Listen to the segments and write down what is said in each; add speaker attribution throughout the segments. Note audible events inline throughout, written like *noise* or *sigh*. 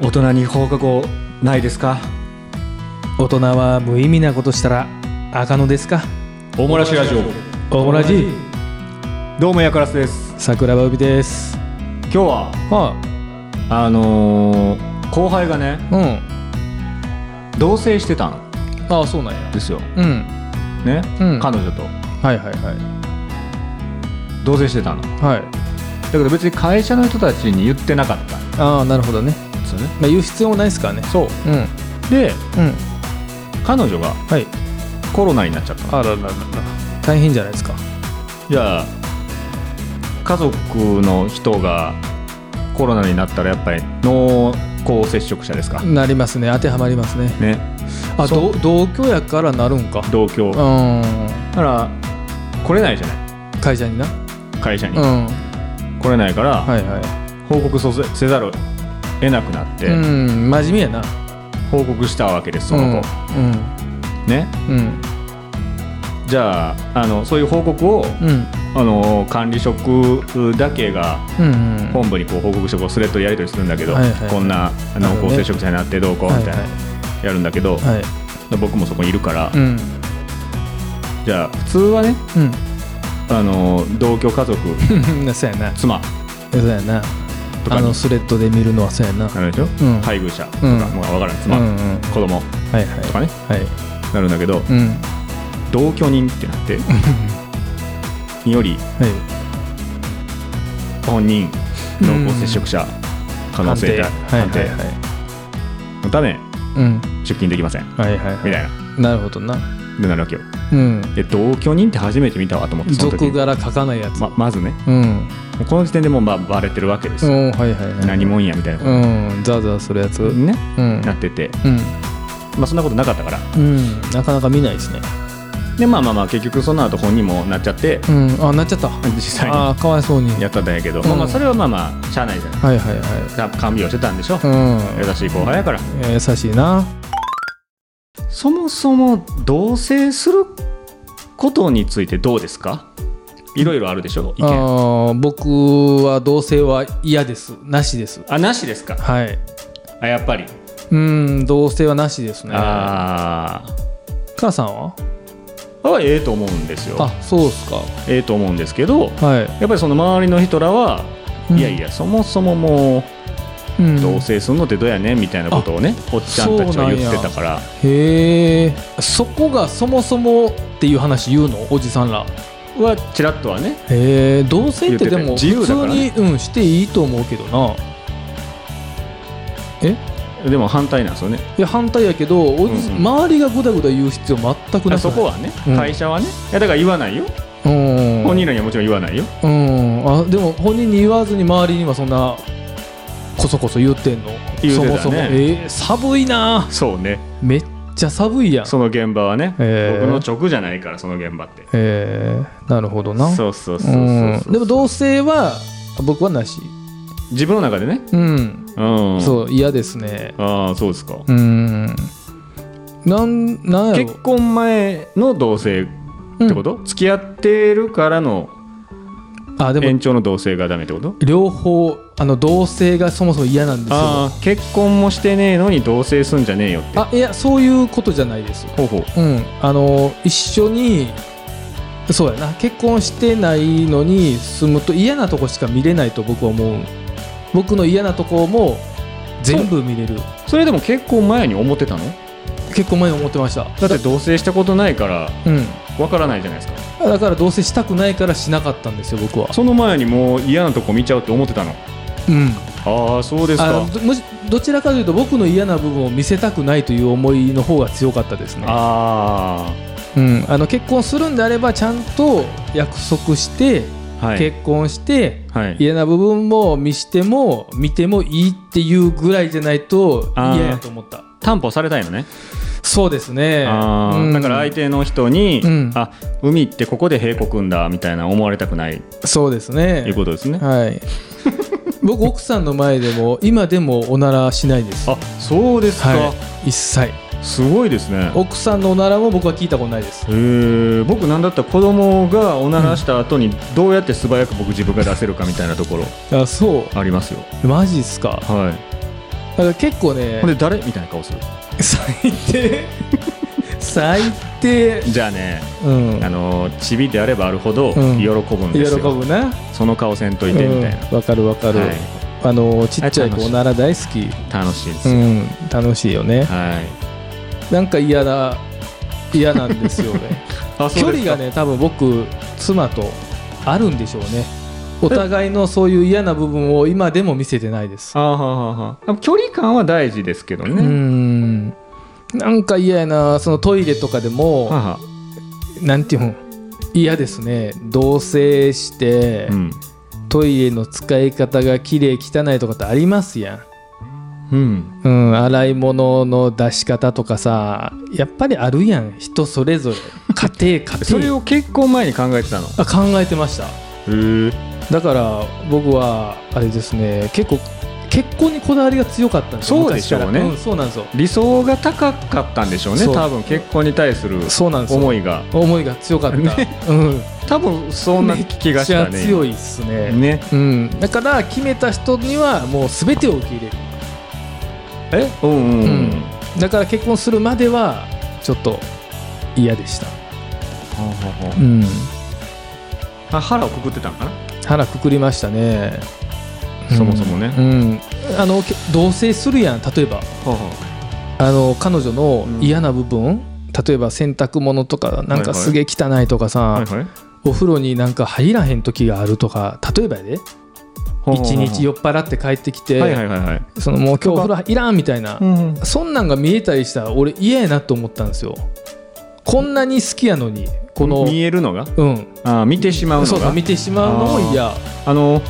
Speaker 1: 大人に放課後ないですか
Speaker 2: 大人は無意味なことしたら赤野ですか
Speaker 3: 大村市ラジオ
Speaker 2: 大村じ
Speaker 1: どうもやからすです
Speaker 2: 桜庭海です
Speaker 1: 今日は
Speaker 2: は
Speaker 1: あのー後輩がね
Speaker 2: あうん
Speaker 1: 同棲してたん
Speaker 2: ああそうなんや
Speaker 1: ですよ
Speaker 2: うん
Speaker 1: ね、
Speaker 2: うん
Speaker 1: 彼女と
Speaker 2: はいはいは
Speaker 1: 同棲してたのだ
Speaker 2: いはい
Speaker 1: けど別に会社の人たちに言ってなかったんで
Speaker 2: ああなるほどね
Speaker 1: すよね
Speaker 2: まあ言う必要もないですからね
Speaker 1: そう
Speaker 2: うん
Speaker 1: で
Speaker 2: うん
Speaker 1: 彼女が
Speaker 2: はい
Speaker 1: コロナになっちゃったの
Speaker 2: あらららら大変じゃないですか
Speaker 1: じゃあ家族の人がコロナになったらやっぱり濃厚接触者ですか、
Speaker 2: なりますね当てはまりますね
Speaker 1: ね
Speaker 2: あ
Speaker 1: そ
Speaker 2: ど
Speaker 1: う
Speaker 2: 同居やからなるんか
Speaker 1: 同居
Speaker 2: う
Speaker 1: だ
Speaker 2: ん
Speaker 1: から来れないじゃない
Speaker 2: 会社にな
Speaker 1: 会社に、
Speaker 2: うん
Speaker 1: 来れないから、
Speaker 2: はいは
Speaker 1: 報告そせせざるを得なくなっ
Speaker 2: い
Speaker 1: て、
Speaker 2: うん真面目やな
Speaker 1: 報告したわけですその子、ね
Speaker 2: うんうん
Speaker 1: じゃああのそういう報告を、
Speaker 2: うん
Speaker 1: あの管理職だけが
Speaker 2: うんうん
Speaker 1: 本部にこう報告してこうスレッドでやり取りするんだけど、
Speaker 2: はいはい
Speaker 1: こんな
Speaker 2: なるほ
Speaker 1: 濃厚
Speaker 2: どね
Speaker 1: 接触者になってどうこうみたいな、
Speaker 2: はい
Speaker 1: やるんだけど、
Speaker 2: はいはい
Speaker 1: 僕もそこにいるから、
Speaker 2: うん
Speaker 1: じゃあ普通はね
Speaker 2: うん
Speaker 1: あの同居家族
Speaker 2: うんそうやな
Speaker 1: 妻
Speaker 2: そうやな
Speaker 1: とか
Speaker 2: あ
Speaker 1: に
Speaker 2: のスレッドで見るのはそうやな
Speaker 1: なるでしょ、
Speaker 2: うん
Speaker 1: 配偶者とか、
Speaker 2: うん
Speaker 1: もう分からん
Speaker 2: うん
Speaker 1: 妻、
Speaker 2: うん
Speaker 1: 子供
Speaker 2: はいはい
Speaker 1: とかね
Speaker 2: はい
Speaker 1: なるんだけど、
Speaker 2: うん
Speaker 1: 同居人ってなってにより
Speaker 2: はい
Speaker 1: 本人濃厚接触者可能性
Speaker 2: 判定はいはいはい
Speaker 1: のため
Speaker 2: うん
Speaker 1: 出勤できません
Speaker 2: はいはいは
Speaker 1: み
Speaker 2: い
Speaker 1: たいな
Speaker 2: なるほどな
Speaker 1: でなるわけよ
Speaker 2: うん
Speaker 1: で同居人って初めて見たわと思ってその時
Speaker 2: 俗柄書かないやつ
Speaker 1: ままずね
Speaker 2: うん
Speaker 1: もうこの時点でもうまあバレてるわけです
Speaker 2: う
Speaker 1: よ、
Speaker 2: んはいはいはい
Speaker 1: 何もんやみたいな、
Speaker 2: うんザーザーするやつうん
Speaker 1: ね
Speaker 2: うん
Speaker 1: なっててまあそんなことなかったから
Speaker 2: うんなかなか見ないですね
Speaker 1: でまあまあまあ結局その後本人もなっちゃって
Speaker 2: うんあなっちゃった
Speaker 1: 実際に
Speaker 2: ああかわいそうに
Speaker 1: や
Speaker 2: は
Speaker 1: っちゃったんやけど、
Speaker 2: うん
Speaker 1: まあまあそれはまあまあしゃあないじゃない
Speaker 2: いはいは
Speaker 1: か看病してたんでしょ、
Speaker 2: いうん
Speaker 1: 優しい後輩やから
Speaker 2: 優しいな
Speaker 1: そもそも同棲することについてどうですかいろいろあるでしょ意見あ
Speaker 2: あー僕は同棲は嫌ですなしです
Speaker 1: なしですか
Speaker 2: はい
Speaker 1: あやっぱり、
Speaker 2: うん同棲はなしですね
Speaker 1: あ
Speaker 2: 母さんは
Speaker 1: ーあええと思うんですよ
Speaker 2: あそうですか
Speaker 1: ええと思うんですけど
Speaker 2: は
Speaker 1: やっぱりその周りの人らは、
Speaker 2: うん
Speaker 1: いやいやそもそもも
Speaker 2: い、うん
Speaker 1: う同棲するのってどうやねんみたいなことをねおっちゃんたちは言ってたから
Speaker 2: へえそこがそもそもっていう話言うのおじさんら
Speaker 1: はちらっとはね
Speaker 2: へえ同棲ってでも
Speaker 1: 言ってたよ自
Speaker 2: 普
Speaker 1: 由
Speaker 2: 通
Speaker 1: だから
Speaker 2: に、
Speaker 1: ね
Speaker 2: うんしていいと思うけどなえ
Speaker 1: でも反対なんですよね
Speaker 2: いや反対やけどおじ、
Speaker 1: うんうん
Speaker 2: 周りがぐだぐだ言う必要全く
Speaker 1: あ
Speaker 2: ない
Speaker 1: そこはね、
Speaker 2: うん
Speaker 1: 会社はねいやだから言わないよ、
Speaker 2: うん
Speaker 1: 本人らにはもちろん言わないよ
Speaker 2: うんあでも本人に言わずに周りにはそんなこそこそ言ってんの
Speaker 1: 言うてたね
Speaker 2: そもそもえー寒いな
Speaker 1: そうね
Speaker 2: めっちゃ寒いやん
Speaker 1: その現場はね、
Speaker 2: へー
Speaker 1: 僕の直じゃないからその現場って
Speaker 2: えー、なるほどな
Speaker 1: そうそうそうそう
Speaker 2: うん
Speaker 1: そう
Speaker 2: でも同棲は僕はなし
Speaker 1: 自分の中でね
Speaker 2: うん、
Speaker 1: うん
Speaker 2: そう嫌ですね
Speaker 1: ああそうですか、
Speaker 2: うんなんなんや
Speaker 1: 結
Speaker 2: ろ
Speaker 1: 婚前の同棲ってこと、付き合ってるからの
Speaker 2: あでも
Speaker 1: 延長の同棲がダメってこと
Speaker 2: 両方あの同棲がそもそも嫌なんですよあ
Speaker 1: ああ結婚もしてねえのに同棲すんじゃねえよって
Speaker 2: いやそういうことじゃないです
Speaker 1: ほうほう
Speaker 2: うんあの一緒にそうやな結婚してないのに住むと嫌なとこしか見れないと僕は思う僕の嫌なとこも全部見れる
Speaker 1: それでも結婚前に思ってたの
Speaker 2: 結婚前に思ってました
Speaker 1: だって同棲したことないから
Speaker 2: うん
Speaker 1: わからないじゃないですか
Speaker 2: だから同棲したくないからしなかったんですよ僕は
Speaker 1: その前にもう嫌なとこ見ちゃうって思ってたの
Speaker 2: うん
Speaker 1: ああそうです
Speaker 2: あ
Speaker 1: か
Speaker 2: のどむしどちらかというと僕の嫌な部分を見せたくないという思いの方が強かったですね
Speaker 1: あ
Speaker 2: うん、あの結婚するんであればちゃんと約束して、
Speaker 1: あはい
Speaker 2: 結婚して
Speaker 1: はい
Speaker 2: 嫌な部分も見しても見てもいいっていうぐらいじゃないと
Speaker 1: あー
Speaker 2: 嫌やと思った
Speaker 1: 担保されたいのね、
Speaker 2: そうですね
Speaker 1: あー
Speaker 2: うん
Speaker 1: だから相手の人に、
Speaker 2: うん
Speaker 1: あ海ってここで閉国んだみたいな思われたくない
Speaker 2: そうです
Speaker 1: と
Speaker 2: ね
Speaker 1: いうことですね、
Speaker 2: はい
Speaker 1: *laughs*
Speaker 2: 僕奥さんの前でも今でもおならしないです
Speaker 1: あそうですか、
Speaker 2: はい一切
Speaker 1: すごいですね
Speaker 2: 奥さんのおならも僕は聞いたことないです
Speaker 1: へー僕なんだったら子供がおならした後にどうやって素早く僕自分が出せるかみたいなところ
Speaker 2: あそ
Speaker 1: ありますよ
Speaker 2: うマジっすか
Speaker 1: はい
Speaker 2: あから結構ね
Speaker 1: ほんで誰みたいな顔する
Speaker 2: 最
Speaker 1: *laughs*
Speaker 2: 低最低
Speaker 1: じゃあね
Speaker 2: うん
Speaker 1: あのちびであればあるほど喜
Speaker 2: うん
Speaker 1: ぶん
Speaker 2: 喜
Speaker 1: ですよ、
Speaker 2: ぶな
Speaker 1: その顔せんといてみたいな、
Speaker 2: うんわかるわかる、
Speaker 1: は
Speaker 2: あのちっちゃい
Speaker 1: あ楽し
Speaker 2: 子
Speaker 1: い
Speaker 2: なら大好き
Speaker 1: い、楽しいです
Speaker 2: う
Speaker 1: よ、
Speaker 2: ん楽しいよね
Speaker 1: はい
Speaker 2: なんか嫌だ嫌なんですよね
Speaker 1: *laughs* あ
Speaker 2: 距
Speaker 1: そうで
Speaker 2: 離
Speaker 1: すか
Speaker 2: がね多分僕妻とあるんでしょうねお互いのそういう嫌な部分を今でも見せてないです
Speaker 1: あはははでも距離感は大事ですけどね、
Speaker 2: うんなんか嫌やなそのトイレとかでも、
Speaker 1: はは
Speaker 2: なんていうの嫌ですね同棲して、
Speaker 1: うん
Speaker 2: トイレの使い方が綺麗汚いとかってありますやん
Speaker 1: うん
Speaker 2: うん、洗い物の出し方とかさやっぱりあるやん人それぞれ
Speaker 1: *laughs*
Speaker 2: 家庭家庭
Speaker 1: それを結婚前に考えてたのへ
Speaker 2: あ考えてました
Speaker 1: え
Speaker 2: だから僕はあれですね結構結婚にこだわりが強かったんですよ
Speaker 1: そうでしょうね
Speaker 2: 昔からんそうなんですよ
Speaker 1: 理想が高かったんでしょうね
Speaker 2: そう
Speaker 1: 多分結婚に対する
Speaker 2: そうなんですよ
Speaker 1: 思
Speaker 2: 思い
Speaker 1: いが
Speaker 2: が強かった、
Speaker 1: ね
Speaker 2: うん
Speaker 1: 多分そんな気がし
Speaker 2: め
Speaker 1: た
Speaker 2: っち
Speaker 1: ね
Speaker 2: ゃ強いっすね
Speaker 1: ね
Speaker 2: うん、だから決めた人にはもう全てを受け入れる
Speaker 1: えうんうん、う
Speaker 2: うん
Speaker 1: ん、
Speaker 2: だから結婚するまではちょっと嫌でした、
Speaker 1: ほうほうほう
Speaker 2: うん、
Speaker 1: あ腹をくくってたのかな、
Speaker 2: 腹くくりましたね
Speaker 1: そもそもね
Speaker 2: うん、あのけ同棲するやん例えば
Speaker 1: ほうほう
Speaker 2: あの彼女の
Speaker 1: うん
Speaker 2: 嫌な部分、例えば洗濯物とかなん
Speaker 1: はいは
Speaker 2: か
Speaker 1: い
Speaker 2: すげえ汚いとかさ、
Speaker 1: はいはい
Speaker 2: お風呂になんか入らへん時があるとか例えばやで
Speaker 1: ほうほうほう
Speaker 2: 一日酔っ払って帰ってきて、
Speaker 1: はいはいはいはい、
Speaker 2: そのもう今日お風呂いらんみたいな、
Speaker 1: ん、
Speaker 2: そんなんが見えたりしたら俺嫌やなと思ったんですよこんなに好きやのにこの
Speaker 1: 見えるのが
Speaker 2: うん
Speaker 1: あー見てしまう
Speaker 2: そ
Speaker 1: の
Speaker 2: うそう
Speaker 1: が
Speaker 2: 見てしまうのも嫌
Speaker 1: あの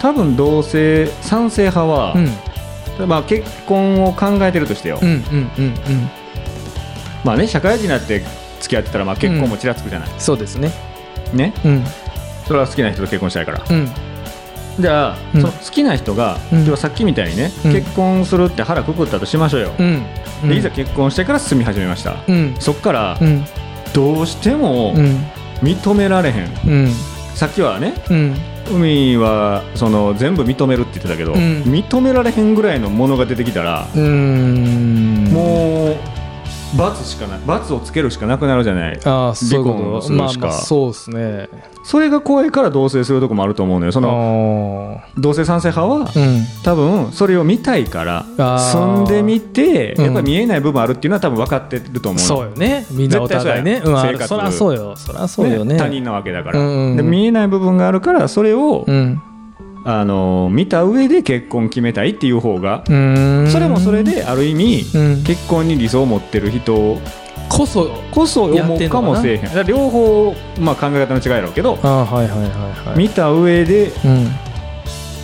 Speaker 1: 多分同性賛成派は
Speaker 2: う、ん
Speaker 1: まあ、結婚を考えてるとしてよ、
Speaker 2: うんうんうんうん
Speaker 1: まあね社会人になって付き合ってたらまあ結婚もちらつくじゃない、
Speaker 2: そうですね
Speaker 1: ね
Speaker 2: うん
Speaker 1: それは好きな人と結婚したいから
Speaker 2: うん
Speaker 1: じゃあ、
Speaker 2: うん
Speaker 1: その好きな人が、
Speaker 2: うん
Speaker 1: ではさっきみたいにね、
Speaker 2: うん
Speaker 1: 結婚するって腹くくったとしましょうよ、
Speaker 2: うんうん
Speaker 1: でいざ結婚してから住み始めました、
Speaker 2: うん
Speaker 1: そっから
Speaker 2: うん
Speaker 1: どうしても
Speaker 2: うん
Speaker 1: 認められへん、
Speaker 2: うん
Speaker 1: さっきはね
Speaker 2: うん
Speaker 1: 海はその全部認めるって言ってたけど、
Speaker 2: うん
Speaker 1: 認められへんぐらいのものが出てきたら、
Speaker 2: うーん
Speaker 1: もう罰しかない罰をつけるしかなくなるじゃない
Speaker 2: ああそういう
Speaker 1: 離婚
Speaker 2: こ
Speaker 1: す
Speaker 2: と
Speaker 1: る
Speaker 2: まあ
Speaker 1: しか
Speaker 2: まあそうですね
Speaker 1: それが怖いから同棲するとこもあると思うのよそ
Speaker 2: あ
Speaker 1: の
Speaker 2: ー
Speaker 1: 同性賛成派は
Speaker 2: うん
Speaker 1: 多分それを見たいから
Speaker 2: あー
Speaker 1: 住んでみて
Speaker 2: うん
Speaker 1: やっぱり見えない部分あるっていうのは多分分かってると思うの
Speaker 2: そうよねみんなお互いね
Speaker 1: 絶対そううんや
Speaker 2: あ
Speaker 1: 生
Speaker 2: る
Speaker 1: 活
Speaker 2: そらそうよそらそうよね
Speaker 1: ね他人なわけだから、
Speaker 2: うんうんうん
Speaker 1: で見えない部分があるからそれを、
Speaker 2: うん
Speaker 1: あのー見た上で結婚決めたいっていう方が
Speaker 2: う、ーん
Speaker 1: それもそれである意味、
Speaker 2: うん
Speaker 1: 結婚に理想を持ってる人
Speaker 2: こそ
Speaker 1: こそ
Speaker 2: や
Speaker 1: 思
Speaker 2: って
Speaker 1: うん
Speaker 2: のか
Speaker 1: か
Speaker 2: な
Speaker 1: もしれへんだから両方、まあ、考え方の違いやろうけど、
Speaker 2: ああはいはいはいはい
Speaker 1: 見た上で
Speaker 2: うん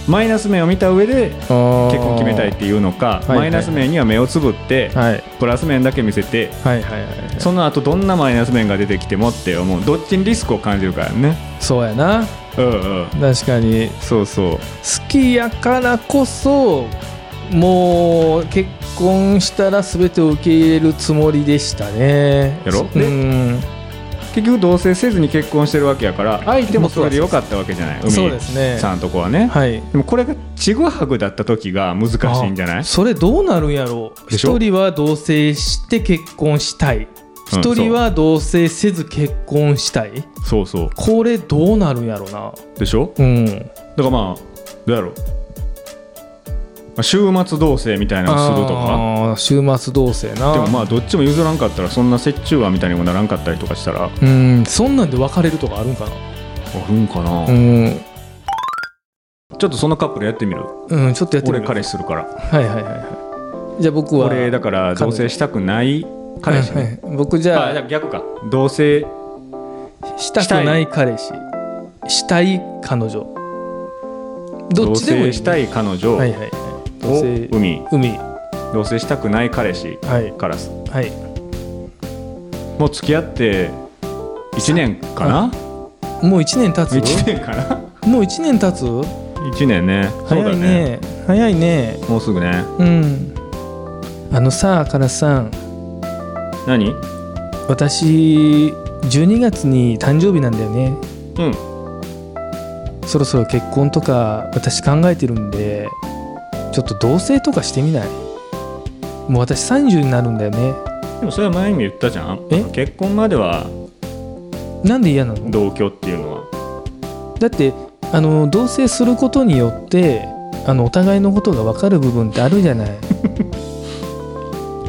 Speaker 1: マイナス面を見た上で
Speaker 2: 結婚
Speaker 1: 結婚決めたいっていうのか、
Speaker 2: いはい
Speaker 1: マイナス面には目をつぶって、
Speaker 2: はい
Speaker 1: プラス面だけ見せて
Speaker 2: はいはいはい
Speaker 1: その後どんなマイナス面が出てきてもって思うどっちにリスクを感じるからね
Speaker 2: そうやな
Speaker 1: うんうん
Speaker 2: 確かに
Speaker 1: そうそう
Speaker 2: 好きやからこそもう結婚したら全てを受け入れるつもりでしたね
Speaker 1: やろ
Speaker 2: そうん
Speaker 1: 結局同棲せずに結婚してるわけやから相手もそれでよかったわけじゃない
Speaker 2: そうですね
Speaker 1: 海さんとこはね、
Speaker 2: はい
Speaker 1: でもこれがちぐはぐだった時が難しいんじゃない
Speaker 2: あそれどうなるんやろう
Speaker 1: でしょ
Speaker 2: 一人は同棲して結婚したい
Speaker 1: うん
Speaker 2: 一人は同棲せず結婚したい、
Speaker 1: そうそう
Speaker 2: これどうなるんやろうな
Speaker 1: でしょ
Speaker 2: うん
Speaker 1: だからまあどうやろうまあ週末同棲みたいなのをするとか
Speaker 2: あー週末同棲な
Speaker 1: でもまあどっちも譲らんかったらそんな折衷案みたいにもならんかったりとかしたらあ
Speaker 2: うんそんなんで別れるとかあるんかな
Speaker 1: るんかな、
Speaker 2: うん、
Speaker 1: ちょっとそのカップルやってみる
Speaker 2: うん、ちょっとやってみ
Speaker 1: 俺
Speaker 2: る
Speaker 1: 彼氏するから
Speaker 2: はいはいはいはいじゃあ僕は
Speaker 1: 俺だから同棲したくない彼氏、ね
Speaker 2: はいはい僕じ
Speaker 1: あじゃ
Speaker 2: ゃ
Speaker 1: あ逆か同棲
Speaker 2: あしたくない彼氏したい彼女ど
Speaker 1: 同
Speaker 2: っちでもいい
Speaker 1: 棲したい彼女を
Speaker 2: はいはいはい同棲
Speaker 1: 海
Speaker 2: 海
Speaker 1: 同棲したくない彼氏
Speaker 2: はい
Speaker 1: からす
Speaker 2: はい
Speaker 1: もう付き合って1年かな
Speaker 2: もう1年経
Speaker 1: 1
Speaker 2: つ
Speaker 1: 年か
Speaker 2: *laughs*
Speaker 1: な
Speaker 2: もう1年経つ
Speaker 1: 1年ねそう
Speaker 2: 早
Speaker 1: だ
Speaker 2: い
Speaker 1: ね
Speaker 2: ね早いね
Speaker 1: もうすぐね
Speaker 2: うんあのさあからさん
Speaker 1: 何
Speaker 2: 私12月に誕生日なんだよね
Speaker 1: うん
Speaker 2: そろそろ結婚とか私考えてるんでちょっと同棲とかしてみないもう私30になるんだよね
Speaker 1: でもそれは前にも言ったじゃん
Speaker 2: え
Speaker 1: 結婚までは
Speaker 2: なんで嫌なの
Speaker 1: 同居っていうのは
Speaker 2: だってあの同棲することによってあのお互いのことが分かる部分ってあるじゃない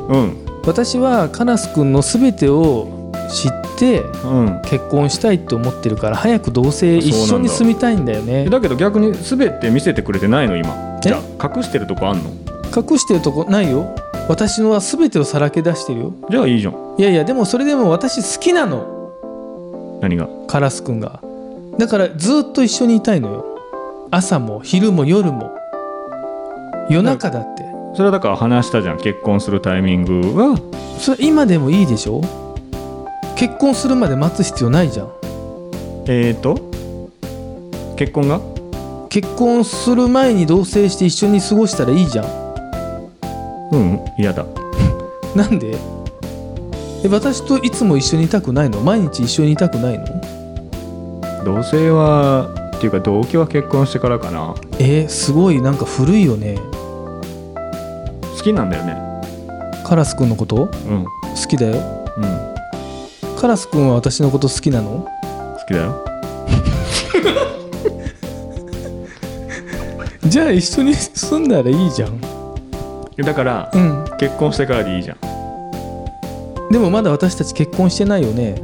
Speaker 1: うん
Speaker 2: 私はカラスくんの全てを知って
Speaker 1: うん
Speaker 2: 結婚したいって思ってるから早く同棲一緒に住みたいんだよね
Speaker 1: えだけど逆に全て見せてくれてないの今じゃあ隠してるとこあんの
Speaker 2: 隠してるとこないよ私のは全てをさらけ出してるよ
Speaker 1: じゃあいいじゃん
Speaker 2: いやいやでもそれでも私好きなの
Speaker 1: 何が
Speaker 2: カラスくんがだからずっと一緒にいたいのよ朝も昼も夜も夜中だって
Speaker 1: それはだから話したじゃん結婚するタイミングは
Speaker 2: それ今でもいいでしょ結婚するまで待つ必要ないじゃん
Speaker 1: えー、と結婚が
Speaker 2: 結婚する前に同棲して一緒に過ごしたらいいじゃん
Speaker 1: うん嫌だ
Speaker 2: なんでえ私といつも一緒にいたくないの毎日一緒にいたくないの
Speaker 1: 同棲はっていうか同居は結婚してからかな
Speaker 2: えー、すごいなんか古いよね
Speaker 1: 好きなんだよね
Speaker 2: カラスくんのこと
Speaker 1: うんうん
Speaker 2: 好きだよ
Speaker 1: 好
Speaker 2: カラスくんは私のこと好きなの
Speaker 1: きだよ
Speaker 2: じゃあ一緒に住んだらいいじゃん
Speaker 1: だから
Speaker 2: うん
Speaker 1: 結婚してからでいいじゃん
Speaker 2: でもまだ私たち結婚してないよね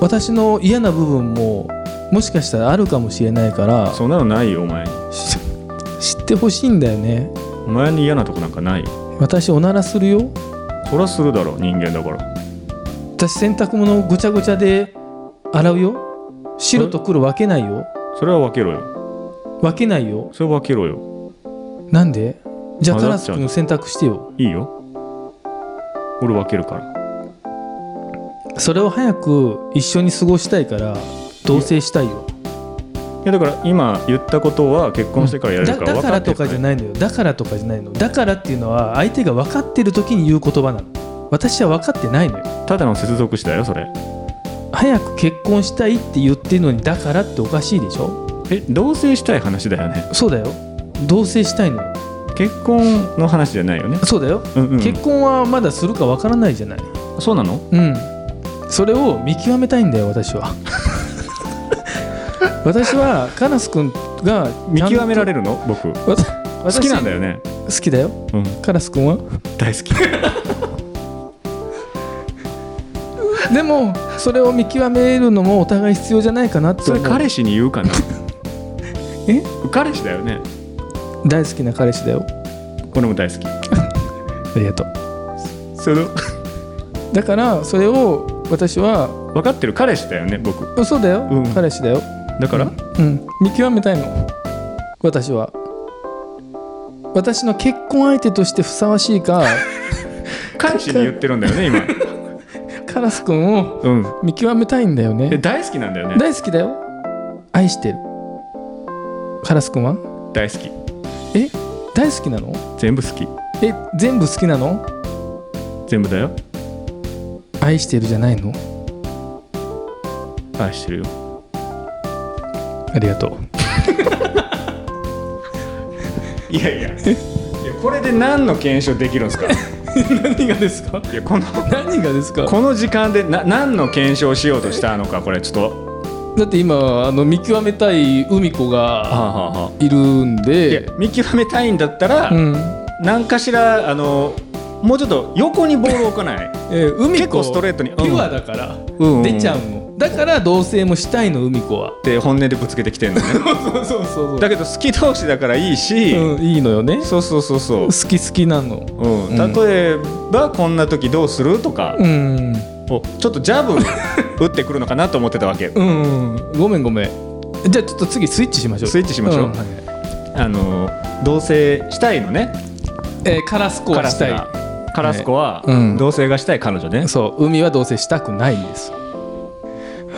Speaker 2: 私の嫌な部分ももしかしたらあるかもしれないから
Speaker 1: そんなのないよお前に
Speaker 2: し *laughs* 知ってほしいんだよね
Speaker 1: お前に嫌なとこなんかないよ
Speaker 2: 私おならするよ
Speaker 1: そらするだろ人間だから
Speaker 2: 私洗濯物ごちゃごちゃで洗うよ白と黒分けないよ
Speaker 1: それは分けろよ
Speaker 2: 分けないよ
Speaker 1: それは分けろよ
Speaker 2: なんでじゃあ
Speaker 1: 混ざ
Speaker 2: カラ
Speaker 1: っち
Speaker 2: ス
Speaker 1: ゃう
Speaker 2: 君洗濯してよ
Speaker 1: いいよ俺分けるから
Speaker 2: それを早く一緒に過ごしたいから同棲したいよ
Speaker 1: いやだから今言ったことは結婚してからやれるから
Speaker 2: だ
Speaker 1: 分
Speaker 2: だか
Speaker 1: からって
Speaker 2: と
Speaker 1: る
Speaker 2: かじゃ
Speaker 1: ね
Speaker 2: ないのよだからとかじゃないのだからっていうのは相手が分かってる時に言う言葉なの私は分かってないのよ
Speaker 1: ただの接続詞だよそれ
Speaker 2: 早く結婚したいって言ってるのにだからっておかしいでしょ
Speaker 1: え同棲したい話だよね
Speaker 2: そうだよ同棲したいのよ
Speaker 1: 結婚の話じゃないよね
Speaker 2: そうだよ、
Speaker 1: うんうん
Speaker 2: 結婚はまだするか分からないじゃない
Speaker 1: そうなの
Speaker 2: うんそれを見極めたいんだよ
Speaker 1: *laughs*
Speaker 2: 私は私はカラス君が
Speaker 1: 見極められ
Speaker 2: る
Speaker 1: るの僕好
Speaker 2: 好
Speaker 1: きなんだよね
Speaker 2: 好きだよ
Speaker 1: うん
Speaker 2: カラス君は
Speaker 1: 大
Speaker 2: *laughs*
Speaker 1: 好き
Speaker 2: でもそれを見極めるのもお互い必要じゃないかなって
Speaker 1: そ
Speaker 2: 思
Speaker 1: れ
Speaker 2: う
Speaker 1: 彼氏に言う
Speaker 2: *laughs*
Speaker 1: かな
Speaker 2: え
Speaker 1: 彼氏だよね
Speaker 2: 大好きな彼氏だよ
Speaker 1: 俺も大好き
Speaker 2: ありがとう
Speaker 1: その
Speaker 2: だからそれを私は
Speaker 1: 分かってる彼氏だよね僕
Speaker 2: 嘘だよ、
Speaker 1: うん
Speaker 2: 彼氏だよ
Speaker 1: だから、
Speaker 2: うん見極めたいの私は私の結婚相手としてふさわしい
Speaker 1: *laughs*
Speaker 2: か
Speaker 1: 彼氏に言ってるんだよね今
Speaker 2: *laughs* カラス君を
Speaker 1: うん
Speaker 2: 見極めたいんだよ
Speaker 1: え
Speaker 2: ね
Speaker 1: 大好きなんだよね
Speaker 2: 大好きだよ愛してるカラス君は
Speaker 1: 大好き
Speaker 2: え大好きなの
Speaker 1: 全部好き
Speaker 2: え全部好きなの
Speaker 1: 全部だよ
Speaker 2: 愛してるじゃないの
Speaker 1: 愛してるよ
Speaker 2: ありがとう
Speaker 1: いやいやいやこれで何の検証できるんですか
Speaker 2: *laughs* 何がですか
Speaker 1: いやこの
Speaker 2: 何がですか
Speaker 1: この時間でな何の検証をしようとしたのかこれちょっと
Speaker 2: だって今あの見極めたい海子が
Speaker 1: はははい
Speaker 2: るん
Speaker 1: いや
Speaker 2: で
Speaker 1: 見極めたいんだったら、
Speaker 2: うん、
Speaker 1: 何かしらあのもうちょっと横にボールを置かない
Speaker 2: えー海
Speaker 1: 結
Speaker 2: 子
Speaker 1: 構ストレートに
Speaker 2: ピュアだから、
Speaker 1: うんうん
Speaker 2: 出ちゃうのだから同棲もしたいの海子は
Speaker 1: って本音でぶつけてきてるのね
Speaker 2: そうそう *laughs* そう
Speaker 1: だけど好き同士だからいいし、
Speaker 2: うん、いいのよね
Speaker 1: そうそうそうそう
Speaker 2: 好、き好きなの
Speaker 1: うん
Speaker 2: うん
Speaker 1: 例えばこんな時どうするとか
Speaker 2: うん
Speaker 1: をちょっとジャブ打ってくるのかなと思ってたわけ、
Speaker 2: うんごめんごめんじゃあちょっと次スイッチしましょう
Speaker 1: スイッチしましょうん
Speaker 2: はい
Speaker 1: あの同棲したいのね
Speaker 2: えーカラスコ
Speaker 1: カ
Speaker 2: は
Speaker 1: ラ
Speaker 2: し
Speaker 1: ス
Speaker 2: たい
Speaker 1: がカラスコは
Speaker 2: うん
Speaker 1: 同棲がしたい彼女ね、
Speaker 2: そう海は同棲したくないんです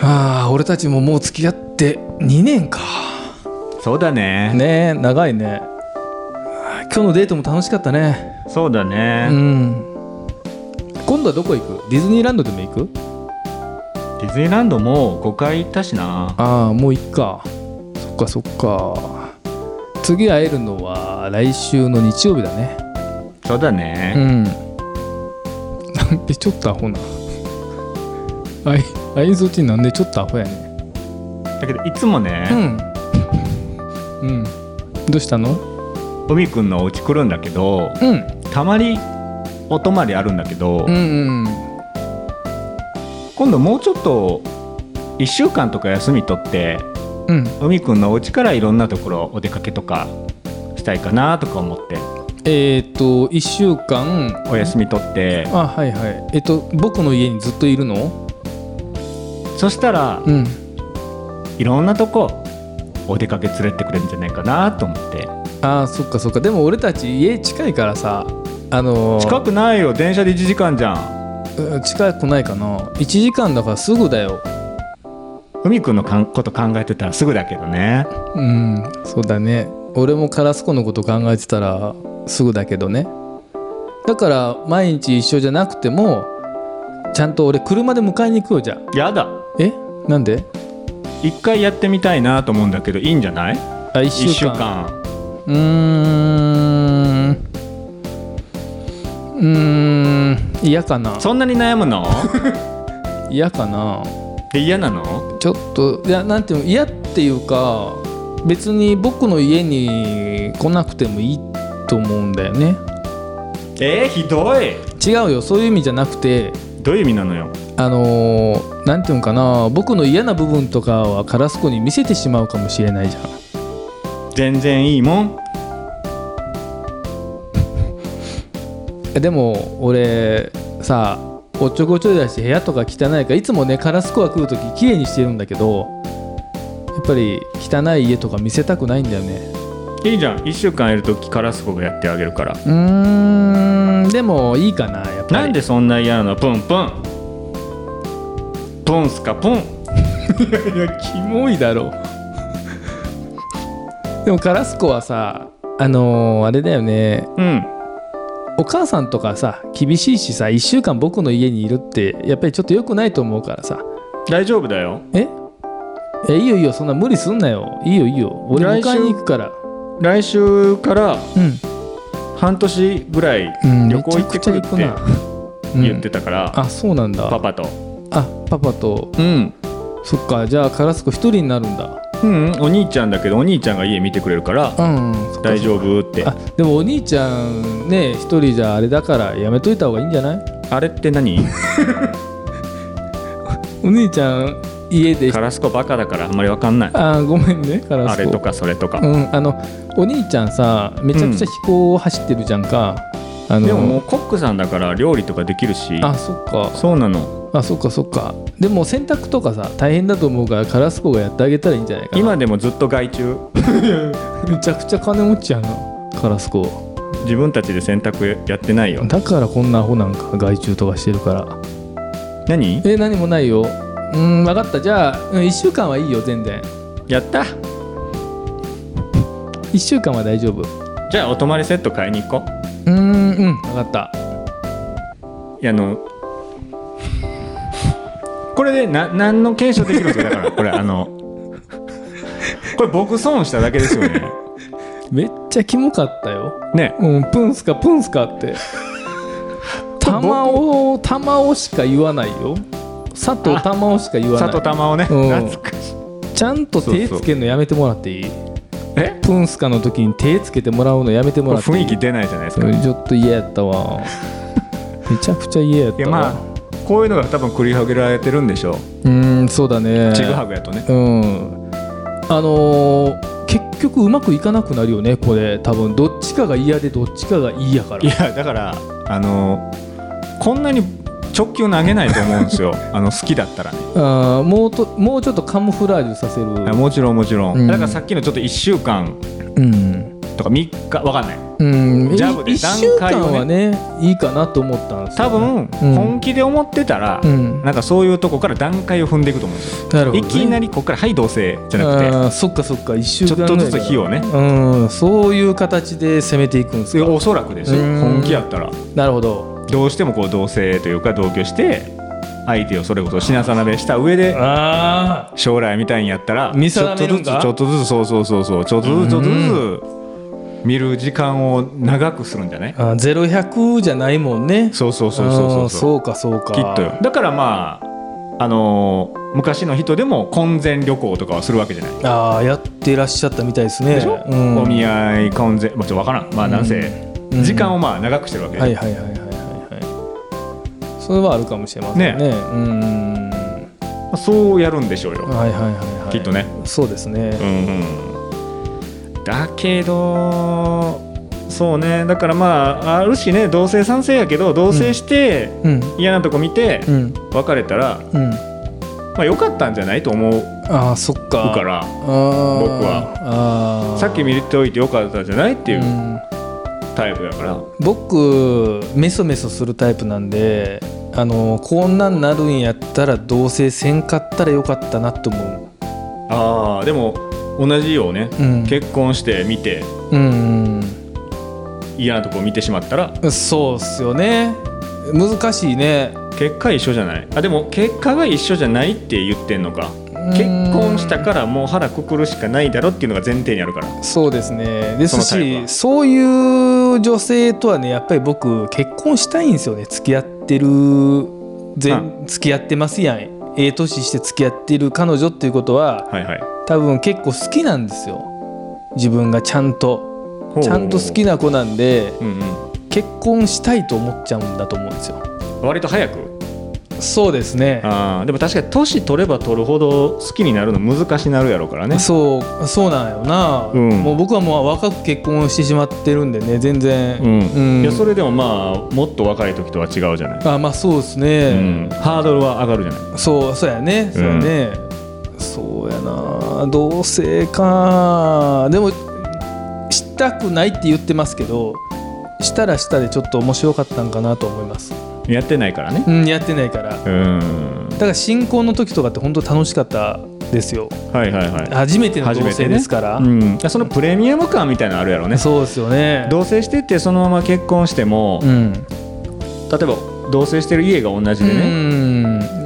Speaker 2: はあ俺たちももう付き合って2年か
Speaker 1: そうだね
Speaker 2: ねえ長いねあ今日のデートも楽しかったね
Speaker 1: そうだね
Speaker 2: う、ん今度はどこ行くディズニーランドでも行く
Speaker 1: ディズニーランドも5回行ったしな
Speaker 2: ああもういっかそっかそっか次会えるのは来週の日曜日だね
Speaker 1: そうだ
Speaker 2: う
Speaker 1: ね、
Speaker 2: んなんでちょっとアホなあい相づちなんでちょっとアホやね
Speaker 1: だけどいつもね、
Speaker 2: うんうんどうしたの
Speaker 1: 海くんのお家来るんだけど
Speaker 2: うん
Speaker 1: たまにお泊まりあるんだけど、
Speaker 2: うんうん
Speaker 1: 今度もうちょっと1週間とか休み取って
Speaker 2: うん
Speaker 1: 海くんのお家からいろんなところお出かけとかしたいかなとか思って
Speaker 2: えっ、と1週間
Speaker 1: お休み取って、
Speaker 2: あはいはいえっ、と僕の家にずっといるの
Speaker 1: そしたら
Speaker 2: うん
Speaker 1: いろんなとこお出かけ連れてってくれるんじゃないかなと思って
Speaker 2: あーそっかそっかでも俺たち家近いからさあのー
Speaker 1: 近くないよ電車で1時間じゃん
Speaker 2: うん近くないかな1時間だからすぐだよ
Speaker 1: 海くんのかんこと考えてたらすぐだけどね
Speaker 2: うんそうだね俺もカラスコのこと考えてたらすぐだけどねだから毎日一緒じゃなくてもちゃんと俺車で迎えに行くよじゃあ
Speaker 1: やだ
Speaker 2: えなんで
Speaker 1: 一回やってみたいなと思うんだけどいいんじゃない
Speaker 2: あ1
Speaker 1: ?1
Speaker 2: 週
Speaker 1: 週
Speaker 2: 間
Speaker 1: 間
Speaker 2: うーんうーん嫌かな
Speaker 1: そんなに悩む
Speaker 2: *laughs*
Speaker 1: の
Speaker 2: 嫌かな
Speaker 1: で嫌なの
Speaker 2: ちょっといやなんていうの嫌っていうか別に僕の家に来なくてもいいと思うんだよね
Speaker 1: えー、ひどい
Speaker 2: 違うよそういう意味じゃなくて
Speaker 1: どういう意味なのよ
Speaker 2: あのーなんていうのかな僕の嫌な部分とかはカラスコに見せてしまうかもしれないじゃん
Speaker 1: 全然いいもん
Speaker 2: えでも俺さおっちょこちょいだし部屋とか汚いからいつもねカラスコが来る時綺麗にしてるんだけどやっぱり汚い家とか見せたくないんだよね
Speaker 1: いいじゃん1週間いる時カラスコがやってあげるから
Speaker 2: うーんでもいいかなやっぱり
Speaker 1: なんでそんな嫌なのプンプンプンすかプン
Speaker 2: いやキモいだろ *laughs* でもカラスコはさあのーあれだよね
Speaker 1: うん
Speaker 2: お母さんとかさ厳しいしさ1週間僕の家にいるってやっぱりちょっと良くないと思うからさ
Speaker 1: 大丈夫だよ
Speaker 2: ええいいよいいよそんな無理すんなよいいよいいよ俺
Speaker 1: 来週
Speaker 2: 迎えに行くから
Speaker 1: 来週から
Speaker 2: うん、
Speaker 1: 半年ぐらい
Speaker 2: うん、
Speaker 1: 旅行行ってくる
Speaker 2: め
Speaker 1: っ
Speaker 2: ち
Speaker 1: て
Speaker 2: ゃくちゃ行くな、
Speaker 1: 言って
Speaker 2: うん
Speaker 1: たから、
Speaker 2: あそうなんだ
Speaker 1: パパと
Speaker 2: あパパと
Speaker 1: うん
Speaker 2: そっかじゃあカラスコ一人になるんだ
Speaker 1: うんうんお兄ちゃんだけどお兄ちゃんが家見てくれるから
Speaker 2: うん
Speaker 1: 大丈夫って
Speaker 2: あ
Speaker 1: あ
Speaker 2: でもお兄ちゃんね一人じゃあれだからやめといた方がいいんじゃない
Speaker 1: れって何
Speaker 2: お兄ちゃん家で
Speaker 1: カラスコバカだからあんまりわかんない
Speaker 2: あごめんねカラ
Speaker 1: あ
Speaker 2: スコ
Speaker 1: れとかそれとか、
Speaker 2: うんあのお兄ちゃんさめちゃくちゃ飛行を走ってるじゃんか、あの
Speaker 1: でももうコックさんだから料理とかできるし
Speaker 2: あそっか
Speaker 1: そうなの
Speaker 2: あそっかそっかでも洗濯とかさ大変だと思うからカラスコがやってあげたらいいんじゃないかな
Speaker 1: 今でもずっと外注
Speaker 2: めちゃくちゃ金持ちやなカラスコ
Speaker 1: 自分たちで洗濯やってないよ
Speaker 2: だからこんなアホなんか害虫とかしてるから
Speaker 1: 何
Speaker 2: え何もないようーん分かったじゃあ1週間はいいよ全然
Speaker 1: やった
Speaker 2: 1週間は大丈夫う
Speaker 1: じゃあお泊まりセット買いに行こ
Speaker 2: ーんうん分かった
Speaker 1: ういやあのこれでな何の検証できるんですかだからこれあのこれ僕損しただけですよ *laughs* ね
Speaker 2: めっちゃキモかったよ
Speaker 1: ね
Speaker 2: うんプンスカプンスカ
Speaker 1: *laughs*
Speaker 2: って玉を玉をしか言わないよ佐藤玉をしか言わな
Speaker 1: 里
Speaker 2: い
Speaker 1: 玉をね
Speaker 2: うん
Speaker 1: 懐かしい
Speaker 2: ちゃんと手つけるのやめてもらっていい
Speaker 1: え
Speaker 2: プンスカの時に手つけてもらうのやめても
Speaker 1: こ
Speaker 2: ら
Speaker 1: れ
Speaker 2: ってい
Speaker 1: 雰
Speaker 2: い
Speaker 1: 囲気出ないじゃないです
Speaker 2: そ
Speaker 1: か
Speaker 2: れ
Speaker 1: い
Speaker 2: ちょっと嫌やっ
Speaker 1: *laughs*
Speaker 2: たわめちゃくちゃ嫌やったわ
Speaker 1: やまあこういうのが多分繰り広げられてるんでしょ
Speaker 2: うーんそうだね
Speaker 1: うちぐはぐやとね
Speaker 2: うんあのー結局うまくいかなくなるよねこれ多分どっちかが嫌でどっちかがいいやから
Speaker 1: いやだからあのこんなに直球投げないと思うんです *laughs* よあの好きだったらね
Speaker 2: あーもうともうちょっとカモフラージュさせる
Speaker 1: あもちろんもちろん、
Speaker 2: うん
Speaker 1: だからさっきのちょっと1週間
Speaker 2: うん
Speaker 1: とか3日わかんない
Speaker 2: うん、
Speaker 1: ジャブで
Speaker 2: い一週間は
Speaker 1: 段
Speaker 2: ねいいかなと思ったんです
Speaker 1: 多
Speaker 2: よね、
Speaker 1: 分本気で思ってたら、
Speaker 2: うん、
Speaker 1: なんかそういうとこから段階を踏んでいくと思うんですよ、
Speaker 2: なるほどね、
Speaker 1: いきなりここから「はい同棲」じゃなくて
Speaker 2: あーそっかそっか一週間
Speaker 1: ちょっとずつ火をね
Speaker 2: ぐらいからうんそういう形で攻めていくんです
Speaker 1: いや
Speaker 2: か
Speaker 1: おそらくですよ
Speaker 2: うん
Speaker 1: 本気やったら
Speaker 2: なるほど
Speaker 1: どうしてもこう同棲というか同居して相手をそれこそ品定めした上で
Speaker 2: ああ
Speaker 1: 将来みたいにやったら
Speaker 2: 見
Speaker 1: ちょ
Speaker 2: 定
Speaker 1: っと
Speaker 2: める
Speaker 1: ず
Speaker 2: ん
Speaker 1: つ
Speaker 2: か
Speaker 1: ちょっとずつそうそうそうそうちょっとずつちょっとず見る時間を長くするんじゃない
Speaker 2: あーゼロ百じゃないもんね
Speaker 1: そうそうそうそうそううん
Speaker 2: そうかそうか
Speaker 1: きっとよだからまああのー昔の人でも婚前旅行とかはするわけじゃない
Speaker 2: ああやってらっしゃったみたいですね
Speaker 1: でしょ、
Speaker 2: うん
Speaker 1: お見合い婚前まあちょっと分からんまあなんせ、
Speaker 2: うん
Speaker 1: 時間をまあ長くしてるわけで、
Speaker 2: はいはいはいはいはいはいそれはあるかもしれませんね
Speaker 1: ね
Speaker 2: うん
Speaker 1: まあそうやるんでしょうよ、
Speaker 2: はいはいはい、はい、
Speaker 1: きっとね
Speaker 2: そうですね
Speaker 1: うんうん、だけどそうねだからまああるしね同性賛成やけど同棲して
Speaker 2: うん
Speaker 1: 嫌なとこ見て
Speaker 2: うん
Speaker 1: 別れたら、
Speaker 2: うん
Speaker 1: まあ良かったんじゃないと思う
Speaker 2: ああそっか
Speaker 1: から
Speaker 2: 僕は
Speaker 1: は
Speaker 2: ああ
Speaker 1: さっき見ておいて良かったじゃないって
Speaker 2: て
Speaker 1: いうタイプやから、
Speaker 2: 僕メソメソするタイプなんであのこんなんなるんやったら同棲せんかったらよかったなと思
Speaker 1: あーでも同じようね、
Speaker 2: う、うん、
Speaker 1: 結婚して見て
Speaker 2: うん
Speaker 1: 嫌なとこ見てしまったら
Speaker 2: うんそうっすよね難しいね
Speaker 1: 結果一緒じゃないあでも結果が一緒じゃないって言ってんのか
Speaker 2: 結
Speaker 1: 結婚したからもう腹くくるしかないだろっていうのが前提にあるから
Speaker 2: そうですねです
Speaker 1: そのタイプ
Speaker 2: し
Speaker 1: は
Speaker 2: そういう女性とはねやっぱり僕結婚したいんですよね付き合ってる
Speaker 1: う
Speaker 2: 全付き合ってますやんええ年して付き合ってる彼女っていうことは
Speaker 1: はいはい
Speaker 2: 多分結構好きなんですよ自分がちゃんとちゃんと好き
Speaker 1: な、
Speaker 2: な子なんで
Speaker 1: うん
Speaker 2: 結婚したいと思っちゃうんだと思うんですよ
Speaker 1: うん、割と早く
Speaker 2: そうですね
Speaker 1: あーでも確かに年取れば取るほど好きになるの難しになるやろうからね
Speaker 2: そうそうなんよな、
Speaker 1: うん
Speaker 2: もう僕はもう若く結婚してしまってるんでね全然
Speaker 1: うん、
Speaker 2: うん
Speaker 1: いやそれでもまあもっと若い時とは違うじゃない、
Speaker 2: あまあそうですね、
Speaker 1: うん、ハードルは上がるじゃない
Speaker 2: そうそうやねそうやね、そうやな同棲かでもしたくないって言ってますけどしたらしたでちょっと面白かったんかなと思います
Speaker 1: やってないからね
Speaker 2: うんやってないからだ
Speaker 1: うん
Speaker 2: から新婚の時とかって本当楽しかったですよ
Speaker 1: はいはいはい
Speaker 2: 初めての同
Speaker 1: 初めて
Speaker 2: 棲
Speaker 1: ね
Speaker 2: ですから、
Speaker 1: うん、いやそのプレミアム感みたいなのあるやろうね
Speaker 2: そうですよね
Speaker 1: 同棲してってそのまま結婚しても、
Speaker 2: うん
Speaker 1: 例えば同棲してる家が同じでね、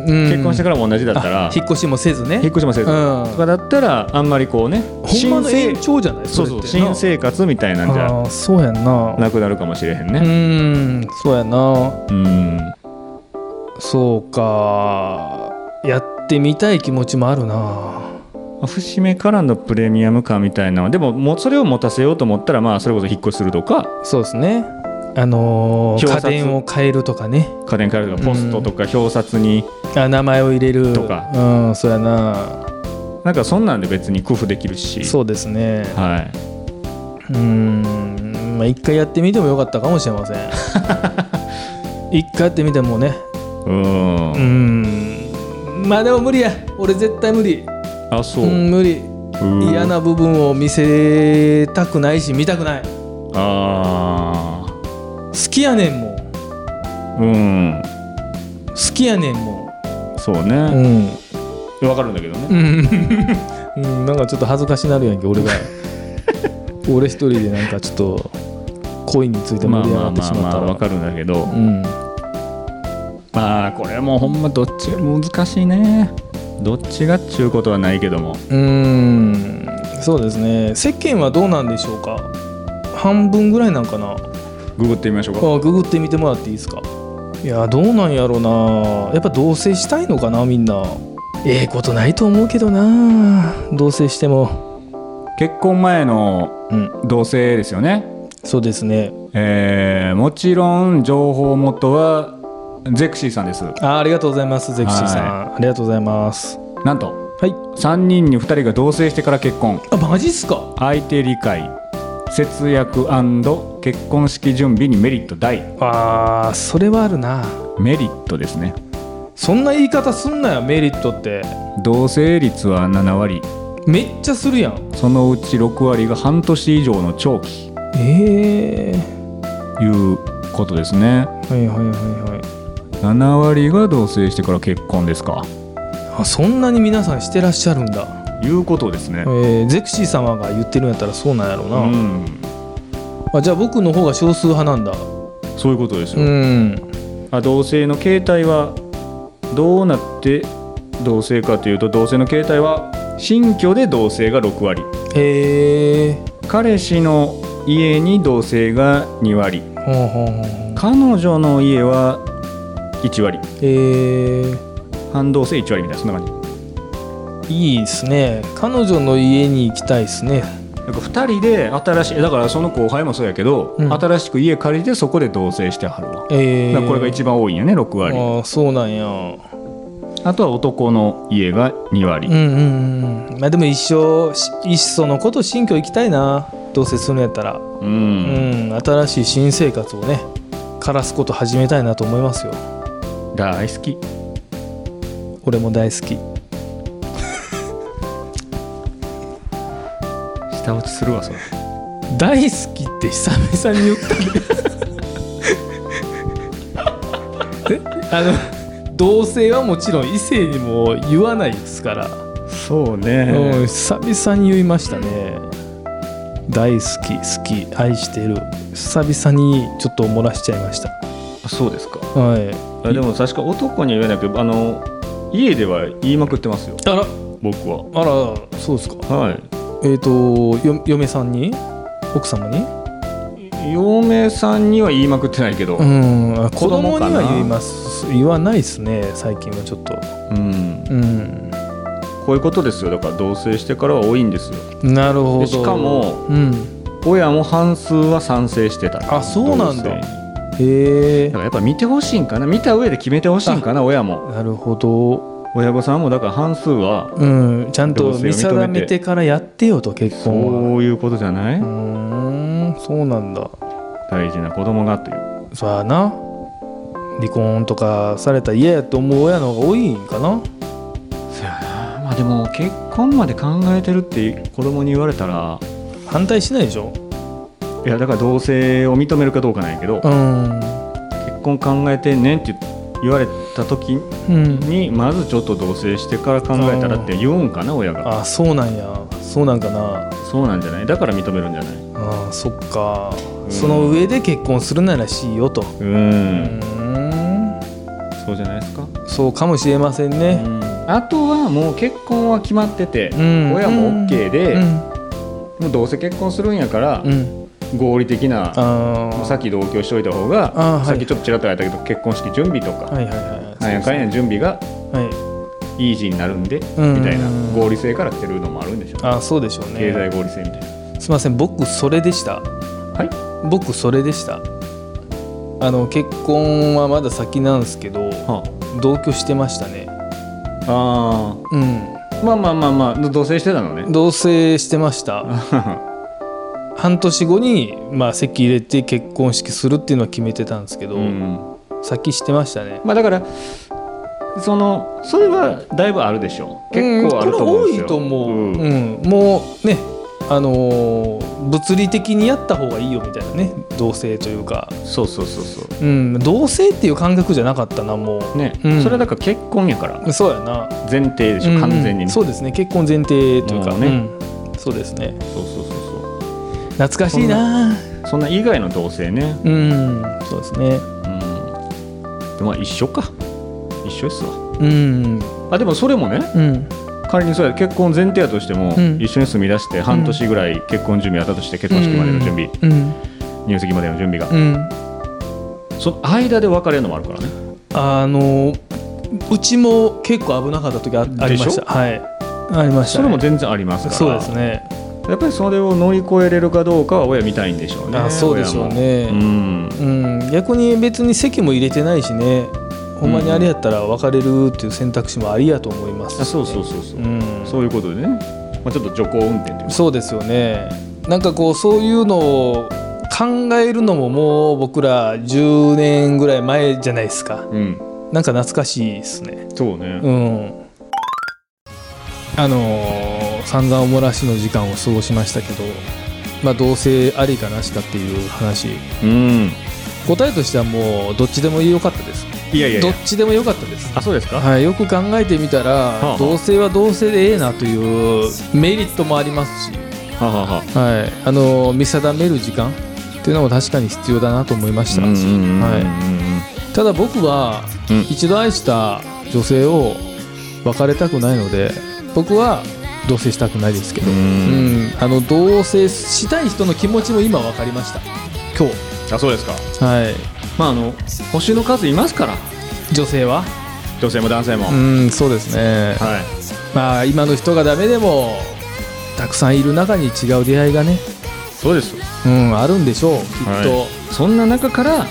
Speaker 1: 結
Speaker 2: 結
Speaker 1: 婚してからも同じだったら
Speaker 2: 引っ越しもせずね
Speaker 1: 引っ越しもせず、
Speaker 2: うん
Speaker 1: とかだったらあんまりこうね
Speaker 2: ほんまの
Speaker 1: 新
Speaker 2: 延
Speaker 1: 生
Speaker 2: 長じゃない
Speaker 1: そう
Speaker 2: れ
Speaker 1: そ
Speaker 2: っ
Speaker 1: う
Speaker 2: て
Speaker 1: 新生活みたいなんじゃ
Speaker 2: あーそうやんな
Speaker 1: なくなるかもしれへん
Speaker 2: う
Speaker 1: ね。
Speaker 2: ーんそうやな
Speaker 1: うん、
Speaker 2: そうかやってみたい気持ちもあるな
Speaker 1: 節目からのプレミアム感みたいなのはでももうそれを持たせようと思ったらまあそれこそ引っ越しするとか
Speaker 2: そうですねあのー
Speaker 1: 表
Speaker 2: 家
Speaker 1: 札
Speaker 2: 電を変えるとかね
Speaker 1: 家電からとかポストとか表札に、
Speaker 2: あ名前を入れる
Speaker 1: とか
Speaker 2: うんそうやな
Speaker 1: なんかそんなんで別に工夫できるし
Speaker 2: そうですね
Speaker 1: は
Speaker 2: うーんまあ一回やってみてもよかったかもしれま
Speaker 1: *laughs*
Speaker 2: せん一回やってみてもね
Speaker 1: い、うん
Speaker 2: うーんまあでも無理や俺絶対無理
Speaker 1: あそうう、
Speaker 2: ん無理
Speaker 1: うん
Speaker 2: 嫌な部分を見せたくないし見たくない
Speaker 1: あ
Speaker 2: 好きやねんもん
Speaker 1: ーうん
Speaker 2: 好きやねんも
Speaker 1: そう
Speaker 2: う
Speaker 1: ね
Speaker 2: ん
Speaker 1: わ、かるんだけどね、
Speaker 2: うん、なんかちょっと恥ずかしなるやんけ俺が俺一人でなんかちょっと恋について
Speaker 1: まあ
Speaker 2: 盛り上
Speaker 1: ま
Speaker 2: が
Speaker 1: あ
Speaker 2: って
Speaker 1: ま
Speaker 2: し
Speaker 1: あ
Speaker 2: ま
Speaker 1: ま
Speaker 2: った
Speaker 1: あ
Speaker 2: ら、
Speaker 1: わかるんだけど、
Speaker 2: うん
Speaker 1: まあこれはもうほんまどっちが難しいねどっちがっちゅうことはないけども
Speaker 2: うーんそうですね世間はどうなんでしょうか半分ぐらいなんかな
Speaker 1: ググってみましょうか
Speaker 2: あググってみてもらっていいですかいやどうなんやろうなやっぱ同棲したいのかなみんなええことないと思うけどな同棲しても
Speaker 1: 結婚前の
Speaker 2: うん
Speaker 1: 同棲ですよね、
Speaker 2: そうですね
Speaker 1: えーもちろん情報元はゼクシーさんです
Speaker 2: あありがとうございますゼクシーさん、ありがとうございます
Speaker 1: なんと
Speaker 2: はい
Speaker 1: 3人に2人が同棲してから結婚
Speaker 2: あマジっすか
Speaker 1: 相手理解節約結婚式準備にメリット大
Speaker 2: あーそれはあるな
Speaker 1: メリットですね
Speaker 2: そんな言い方すんなよメリットって
Speaker 1: 同棲率は7割
Speaker 2: めっちゃするやん
Speaker 1: そのうち6割が半年以上の長期
Speaker 2: ええ
Speaker 1: いうことですね
Speaker 2: はいはいはいはい
Speaker 1: 7割が同棲してから結婚ですか
Speaker 2: あそんなに皆さんしてらっしゃるんだ、
Speaker 1: いうことです
Speaker 2: え
Speaker 1: ね
Speaker 2: ー、ゼクシー様が言ってるんやったらそうなんやろう
Speaker 1: う
Speaker 2: な、
Speaker 1: ん
Speaker 2: あじゃあ僕の方が少数派なんだ
Speaker 1: そういうことですよ、
Speaker 2: ん
Speaker 1: あ同性の形態はどうなって同性かというと同性の形態は新居で同性が6割
Speaker 2: へえ
Speaker 1: 彼氏の家に同性が2割
Speaker 2: ほうほうほうほう
Speaker 1: 彼女の家は1割
Speaker 2: えー、
Speaker 1: 半同性1割みたいなそんな感
Speaker 2: いいですね彼女の家に行きたいですね
Speaker 1: じなんか2人で新しいだからその後輩もそうやけど、
Speaker 2: うん
Speaker 1: 新しく家借りてそこで同棲してはるわ、
Speaker 2: え
Speaker 1: だか
Speaker 2: ー
Speaker 1: らこれが一番多いんやね6
Speaker 2: あ
Speaker 1: 割
Speaker 2: ーそうなんや
Speaker 1: あとは男の家が2
Speaker 2: うんう
Speaker 1: 割、
Speaker 2: んうんまあでも一生しいっそのこと新居行きたいなどうせするんやったら
Speaker 1: うん
Speaker 2: うん、新しい新生活をね枯らすこと始めたいなと思いますよ
Speaker 1: 大好き
Speaker 2: 俺も大好き
Speaker 1: 下落ちするわそれ
Speaker 2: 大好きって久々に言ったね *laughs* えあの同性はもちろん異性にも言わないですから、
Speaker 1: そう
Speaker 2: うん、
Speaker 1: ね
Speaker 2: 久々に言いましたね大好き好き愛してる久々にちょっと漏らしちゃいました
Speaker 1: あそうですか
Speaker 2: は
Speaker 1: い
Speaker 2: い
Speaker 1: やでも確か男には言えないけどあの家では言いまくってますよ
Speaker 2: あら
Speaker 1: 僕は
Speaker 2: あらそうですか
Speaker 1: はい
Speaker 2: えっ、とよ嫁さんに奥様に
Speaker 1: 嫁さんには言いまくってないけど、う
Speaker 2: うんん、子供
Speaker 1: 子供か
Speaker 2: に
Speaker 1: な
Speaker 2: は言います言わないですね最近はちょっとうん
Speaker 1: こういうことですよだから同棲してからは多いんですよ
Speaker 2: なるほど
Speaker 1: でしかも
Speaker 2: うん
Speaker 1: 親も半数は賛成してた
Speaker 2: あそうなんだ
Speaker 1: 同棲に
Speaker 2: へえ
Speaker 1: だからやっぱ見てほしいんかな見た上で決めてほしいんかな親も
Speaker 2: なるほど
Speaker 1: 親御さんもだから半数は
Speaker 2: うんちゃん
Speaker 1: 同棲
Speaker 2: と
Speaker 1: を認めて
Speaker 2: 見定めてからやってよと結婚は
Speaker 1: そういうことじゃない、
Speaker 2: うーんそうなんだ
Speaker 1: 大事な子供がという
Speaker 2: そうやな離婚とかされたら嫌やと思う親の方が多いんかな
Speaker 1: そやなまあでも結婚まで考えてるって子供に言われたら
Speaker 2: 反対しないでしょ
Speaker 1: いやだから同性を認めるかどうかなんやけど、
Speaker 2: うん
Speaker 1: 結婚考えてんねんって言われた時
Speaker 2: うん
Speaker 1: にまずちょっと同棲してから考えたらって言うんかな親が
Speaker 2: あそうなんやそうなんかな
Speaker 1: そうなんじゃないだから認めるんじゃない
Speaker 2: ああそっか、
Speaker 1: うん
Speaker 2: その上で結婚するならしいよと
Speaker 1: う
Speaker 2: うんーん
Speaker 1: そうじゃないですか、
Speaker 2: そうかもしれませんね、
Speaker 1: あとはもう結婚は決まってて、
Speaker 2: うん
Speaker 1: 親も OK で、
Speaker 2: うん
Speaker 1: もうどうせ結婚するんやから
Speaker 2: う、ん
Speaker 1: 合理的な
Speaker 2: あ
Speaker 1: さっ
Speaker 2: き
Speaker 1: き同居しといた方が
Speaker 2: あーはい
Speaker 1: さっきちょっとちらっとやったけど結婚式準備とか、
Speaker 2: はいはいはい
Speaker 1: なんやかんや準備が
Speaker 2: はい
Speaker 1: イージーになるんで、
Speaker 2: うん
Speaker 1: みたいな合理性からってるのもあるんでしょうね、
Speaker 2: ああそうでしょう
Speaker 1: 経
Speaker 2: ね
Speaker 1: 済合理性みたいな
Speaker 2: すいません僕それでした
Speaker 1: はい
Speaker 2: 僕それでしたあの結婚はまだ先なんですけど同居してましたね
Speaker 1: あー
Speaker 2: うん
Speaker 1: まあまあまあまあ同棲してたのね
Speaker 2: 同棲して
Speaker 1: *laughs*
Speaker 2: ました半年後に、まあ、籍入れて結婚式するっていうのは決めてたんですけど、
Speaker 1: うん
Speaker 2: 先してましたね
Speaker 1: まあだからそのそれはだいぶあるでしょう結構あると思うんですよ、
Speaker 2: これ多いと思う、
Speaker 1: ん
Speaker 2: うんもうねあのー物理的にやった方がいいよみたいなね同性というか、
Speaker 1: そうそうそうそ
Speaker 2: うん、同性っていう感覚じゃなかったなも
Speaker 1: うね、
Speaker 2: うん
Speaker 1: それはだから結婚やから
Speaker 2: うそうやな
Speaker 1: 前提でしょ、
Speaker 2: うん
Speaker 1: 完全にね
Speaker 2: そうですね結婚前提というか
Speaker 1: もうね
Speaker 2: うんそうですね
Speaker 1: そうそうそうそ
Speaker 2: 懐かしいな
Speaker 1: うそんな以外の同棲ね
Speaker 2: うんそうです
Speaker 1: う
Speaker 2: ね
Speaker 1: んまあ一緒か一緒ですわ
Speaker 2: うん
Speaker 1: あでもそれもね
Speaker 2: うん
Speaker 1: 仮にそうや結婚前提やとしても、
Speaker 2: うん
Speaker 1: 一緒に住み出して半年ぐらい結婚準備あったとして結婚式までの準備、
Speaker 2: うん
Speaker 1: 入籍までの準備が、
Speaker 2: うん
Speaker 1: その間で別れるのもあるからね
Speaker 2: あのーうちも結構危なかった時あありま
Speaker 1: で
Speaker 2: し
Speaker 1: したょ
Speaker 2: はいありました
Speaker 1: そ
Speaker 2: ね、
Speaker 1: れも全然ありますから
Speaker 2: そうですね
Speaker 1: やっぱりそれを乗り越えれるかどうかは親見たいんでしょうね
Speaker 2: あそうでしょうね
Speaker 1: 親もうん
Speaker 2: うん、逆に別に席も入れてないしねほんまにあれやったら別れるっていう選択肢もありやと思いますしね、
Speaker 1: あそうそうそうそう、
Speaker 2: うん
Speaker 1: そういうことでね、まあ、ちょっと徐行運転というか
Speaker 2: そうですよねなんかこうそういうのを考えるのももう僕ら10年ぐらい前じゃないですか
Speaker 1: うん
Speaker 2: なんか懐かしいですね
Speaker 1: そうね、
Speaker 2: うんあのー散々おもらしの時間を過ごしましたけどまあ同性ありかなしかっていう話
Speaker 1: うん、
Speaker 2: 答えとしてはもうどっちでも良かったです
Speaker 1: いやいやい
Speaker 2: ど
Speaker 1: や
Speaker 2: っちでも良かったです
Speaker 1: あそうですか、
Speaker 2: はい、よく考えてみたら、
Speaker 1: あはあ
Speaker 2: 同性は同性でええなというメリットもありますし、
Speaker 1: ははは
Speaker 2: はい、あの見定める時間っていうのも確かに必要だなと思いました、は、
Speaker 1: はい
Speaker 2: ただ僕は、
Speaker 1: うん
Speaker 2: 一度愛した女性を別れたくないので僕は同棲したくないですけど、
Speaker 1: う
Speaker 2: うんん、あの同棲したい人の気持ちも今分かりました今
Speaker 1: あそうですか
Speaker 2: 日はい
Speaker 1: まああの星の数いますから
Speaker 2: 女性は
Speaker 1: 女性も男性も、
Speaker 2: うんそうですね
Speaker 1: はい
Speaker 2: まあ今の人がダメでもたくさんいる中に違う出会いがね、
Speaker 1: そうです
Speaker 2: うん、あるんでしょうきっと、
Speaker 1: はそんな中から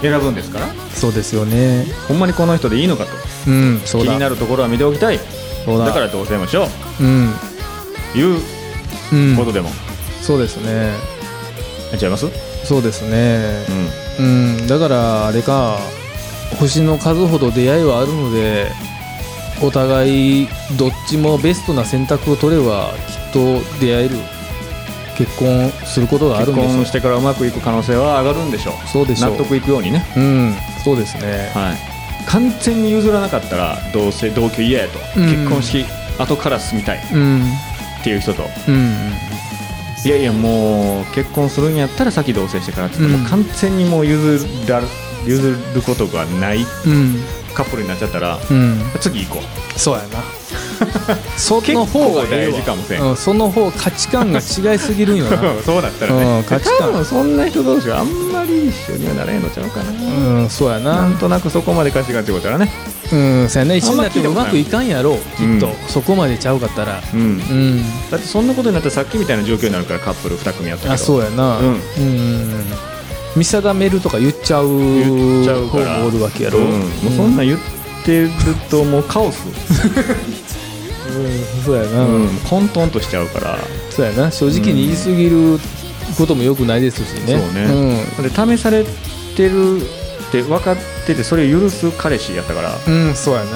Speaker 1: 選ぶんですから
Speaker 2: そうですよね
Speaker 1: ほんまにこの人でいいのかと
Speaker 2: うんそ
Speaker 1: 気
Speaker 2: うだ
Speaker 1: になるところは見ておきたい
Speaker 2: そうだ
Speaker 1: だから同棲もしよう
Speaker 2: うん、
Speaker 1: という
Speaker 2: うん
Speaker 1: こ、とでも、
Speaker 2: そうですね
Speaker 1: やっちゃいます、うん、
Speaker 2: そうですねうん、だからあれか星の数ほど出会いはあるのでお互いどっちもベストな選択を取ればきっと出会える結婚することがある
Speaker 1: 結
Speaker 2: んでしょう
Speaker 1: 婚してからうまくいく可能性は上がるんでしょう
Speaker 2: そうでしょう
Speaker 1: 納得いくようにね、
Speaker 2: うんそうですね
Speaker 1: はい、完全に譲らなかったら同棲同居嫌やと、
Speaker 2: うん
Speaker 1: 結婚式後から住みたいっ
Speaker 2: うん
Speaker 1: ていう人と
Speaker 2: うん
Speaker 1: いやいやもう結婚するんやったら先同棲してからって言って、
Speaker 2: うん
Speaker 1: もう完全にもう譲ら譲ることがない
Speaker 2: うん
Speaker 1: カップルになっちゃったら
Speaker 2: うん
Speaker 1: 次行こ
Speaker 2: そうや
Speaker 1: *laughs* 結構大事
Speaker 2: なその方がええわ
Speaker 1: かもしれん
Speaker 2: うん、その方価値観が違いすぎるんよ
Speaker 1: *laughs*
Speaker 2: な
Speaker 1: うそうだった
Speaker 2: うん価値観
Speaker 1: 多分そんな人同士はあんまり一緒にはなれんのちゃうかな、
Speaker 2: うんそうやな
Speaker 1: なんとなくそこまで価値観ってことだね
Speaker 2: うんそうやね一緒になっても
Speaker 1: あ
Speaker 2: うん
Speaker 1: ま
Speaker 2: ま
Speaker 1: 聞いたことない
Speaker 2: くいかんやろうきっと、
Speaker 1: うん
Speaker 2: そこまでちゃうかったら
Speaker 1: うん
Speaker 2: うん
Speaker 1: だってそんなことになったらさっきみたいな状況になるからカップル2組やったけど
Speaker 2: あそうやな
Speaker 1: うん
Speaker 2: うん見定めるとか言っちゃう
Speaker 1: 言っちゃう
Speaker 2: 方
Speaker 1: から
Speaker 2: もおるわけやろ、
Speaker 1: うん
Speaker 2: うん
Speaker 1: もうそんなん言ってるともうカオス、
Speaker 2: うんそうや
Speaker 1: う
Speaker 2: な、
Speaker 1: ん混沌としちゃうから
Speaker 2: そうやな正直に言い過ぎることもよくないですしね
Speaker 1: そうねで試されてるって分かっててそれを許す彼氏やったから、
Speaker 2: うん、うんそうや
Speaker 1: う
Speaker 2: な
Speaker 1: ん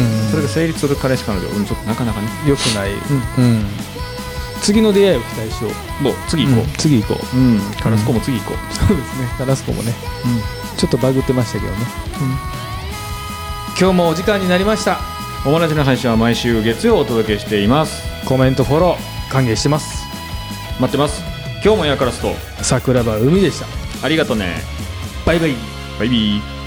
Speaker 2: うん
Speaker 1: それが成立する彼氏彼女うんちょっとなかなかね
Speaker 2: よくない、うん次の出会いを期待しよう
Speaker 1: もう次行こ
Speaker 2: うん次行こう
Speaker 1: う、うんカラスコも次行こう、
Speaker 2: そうですねカラスコもねちょっとバグってましたけどね、今日もお時間になりました
Speaker 1: おもなじの配信は毎週月曜お届けしています
Speaker 2: コメントフォロー歓迎してます
Speaker 1: 待ってます今日もやからすと
Speaker 2: 桜庭海でした
Speaker 1: ありがとね
Speaker 2: バイバイ
Speaker 1: バイビー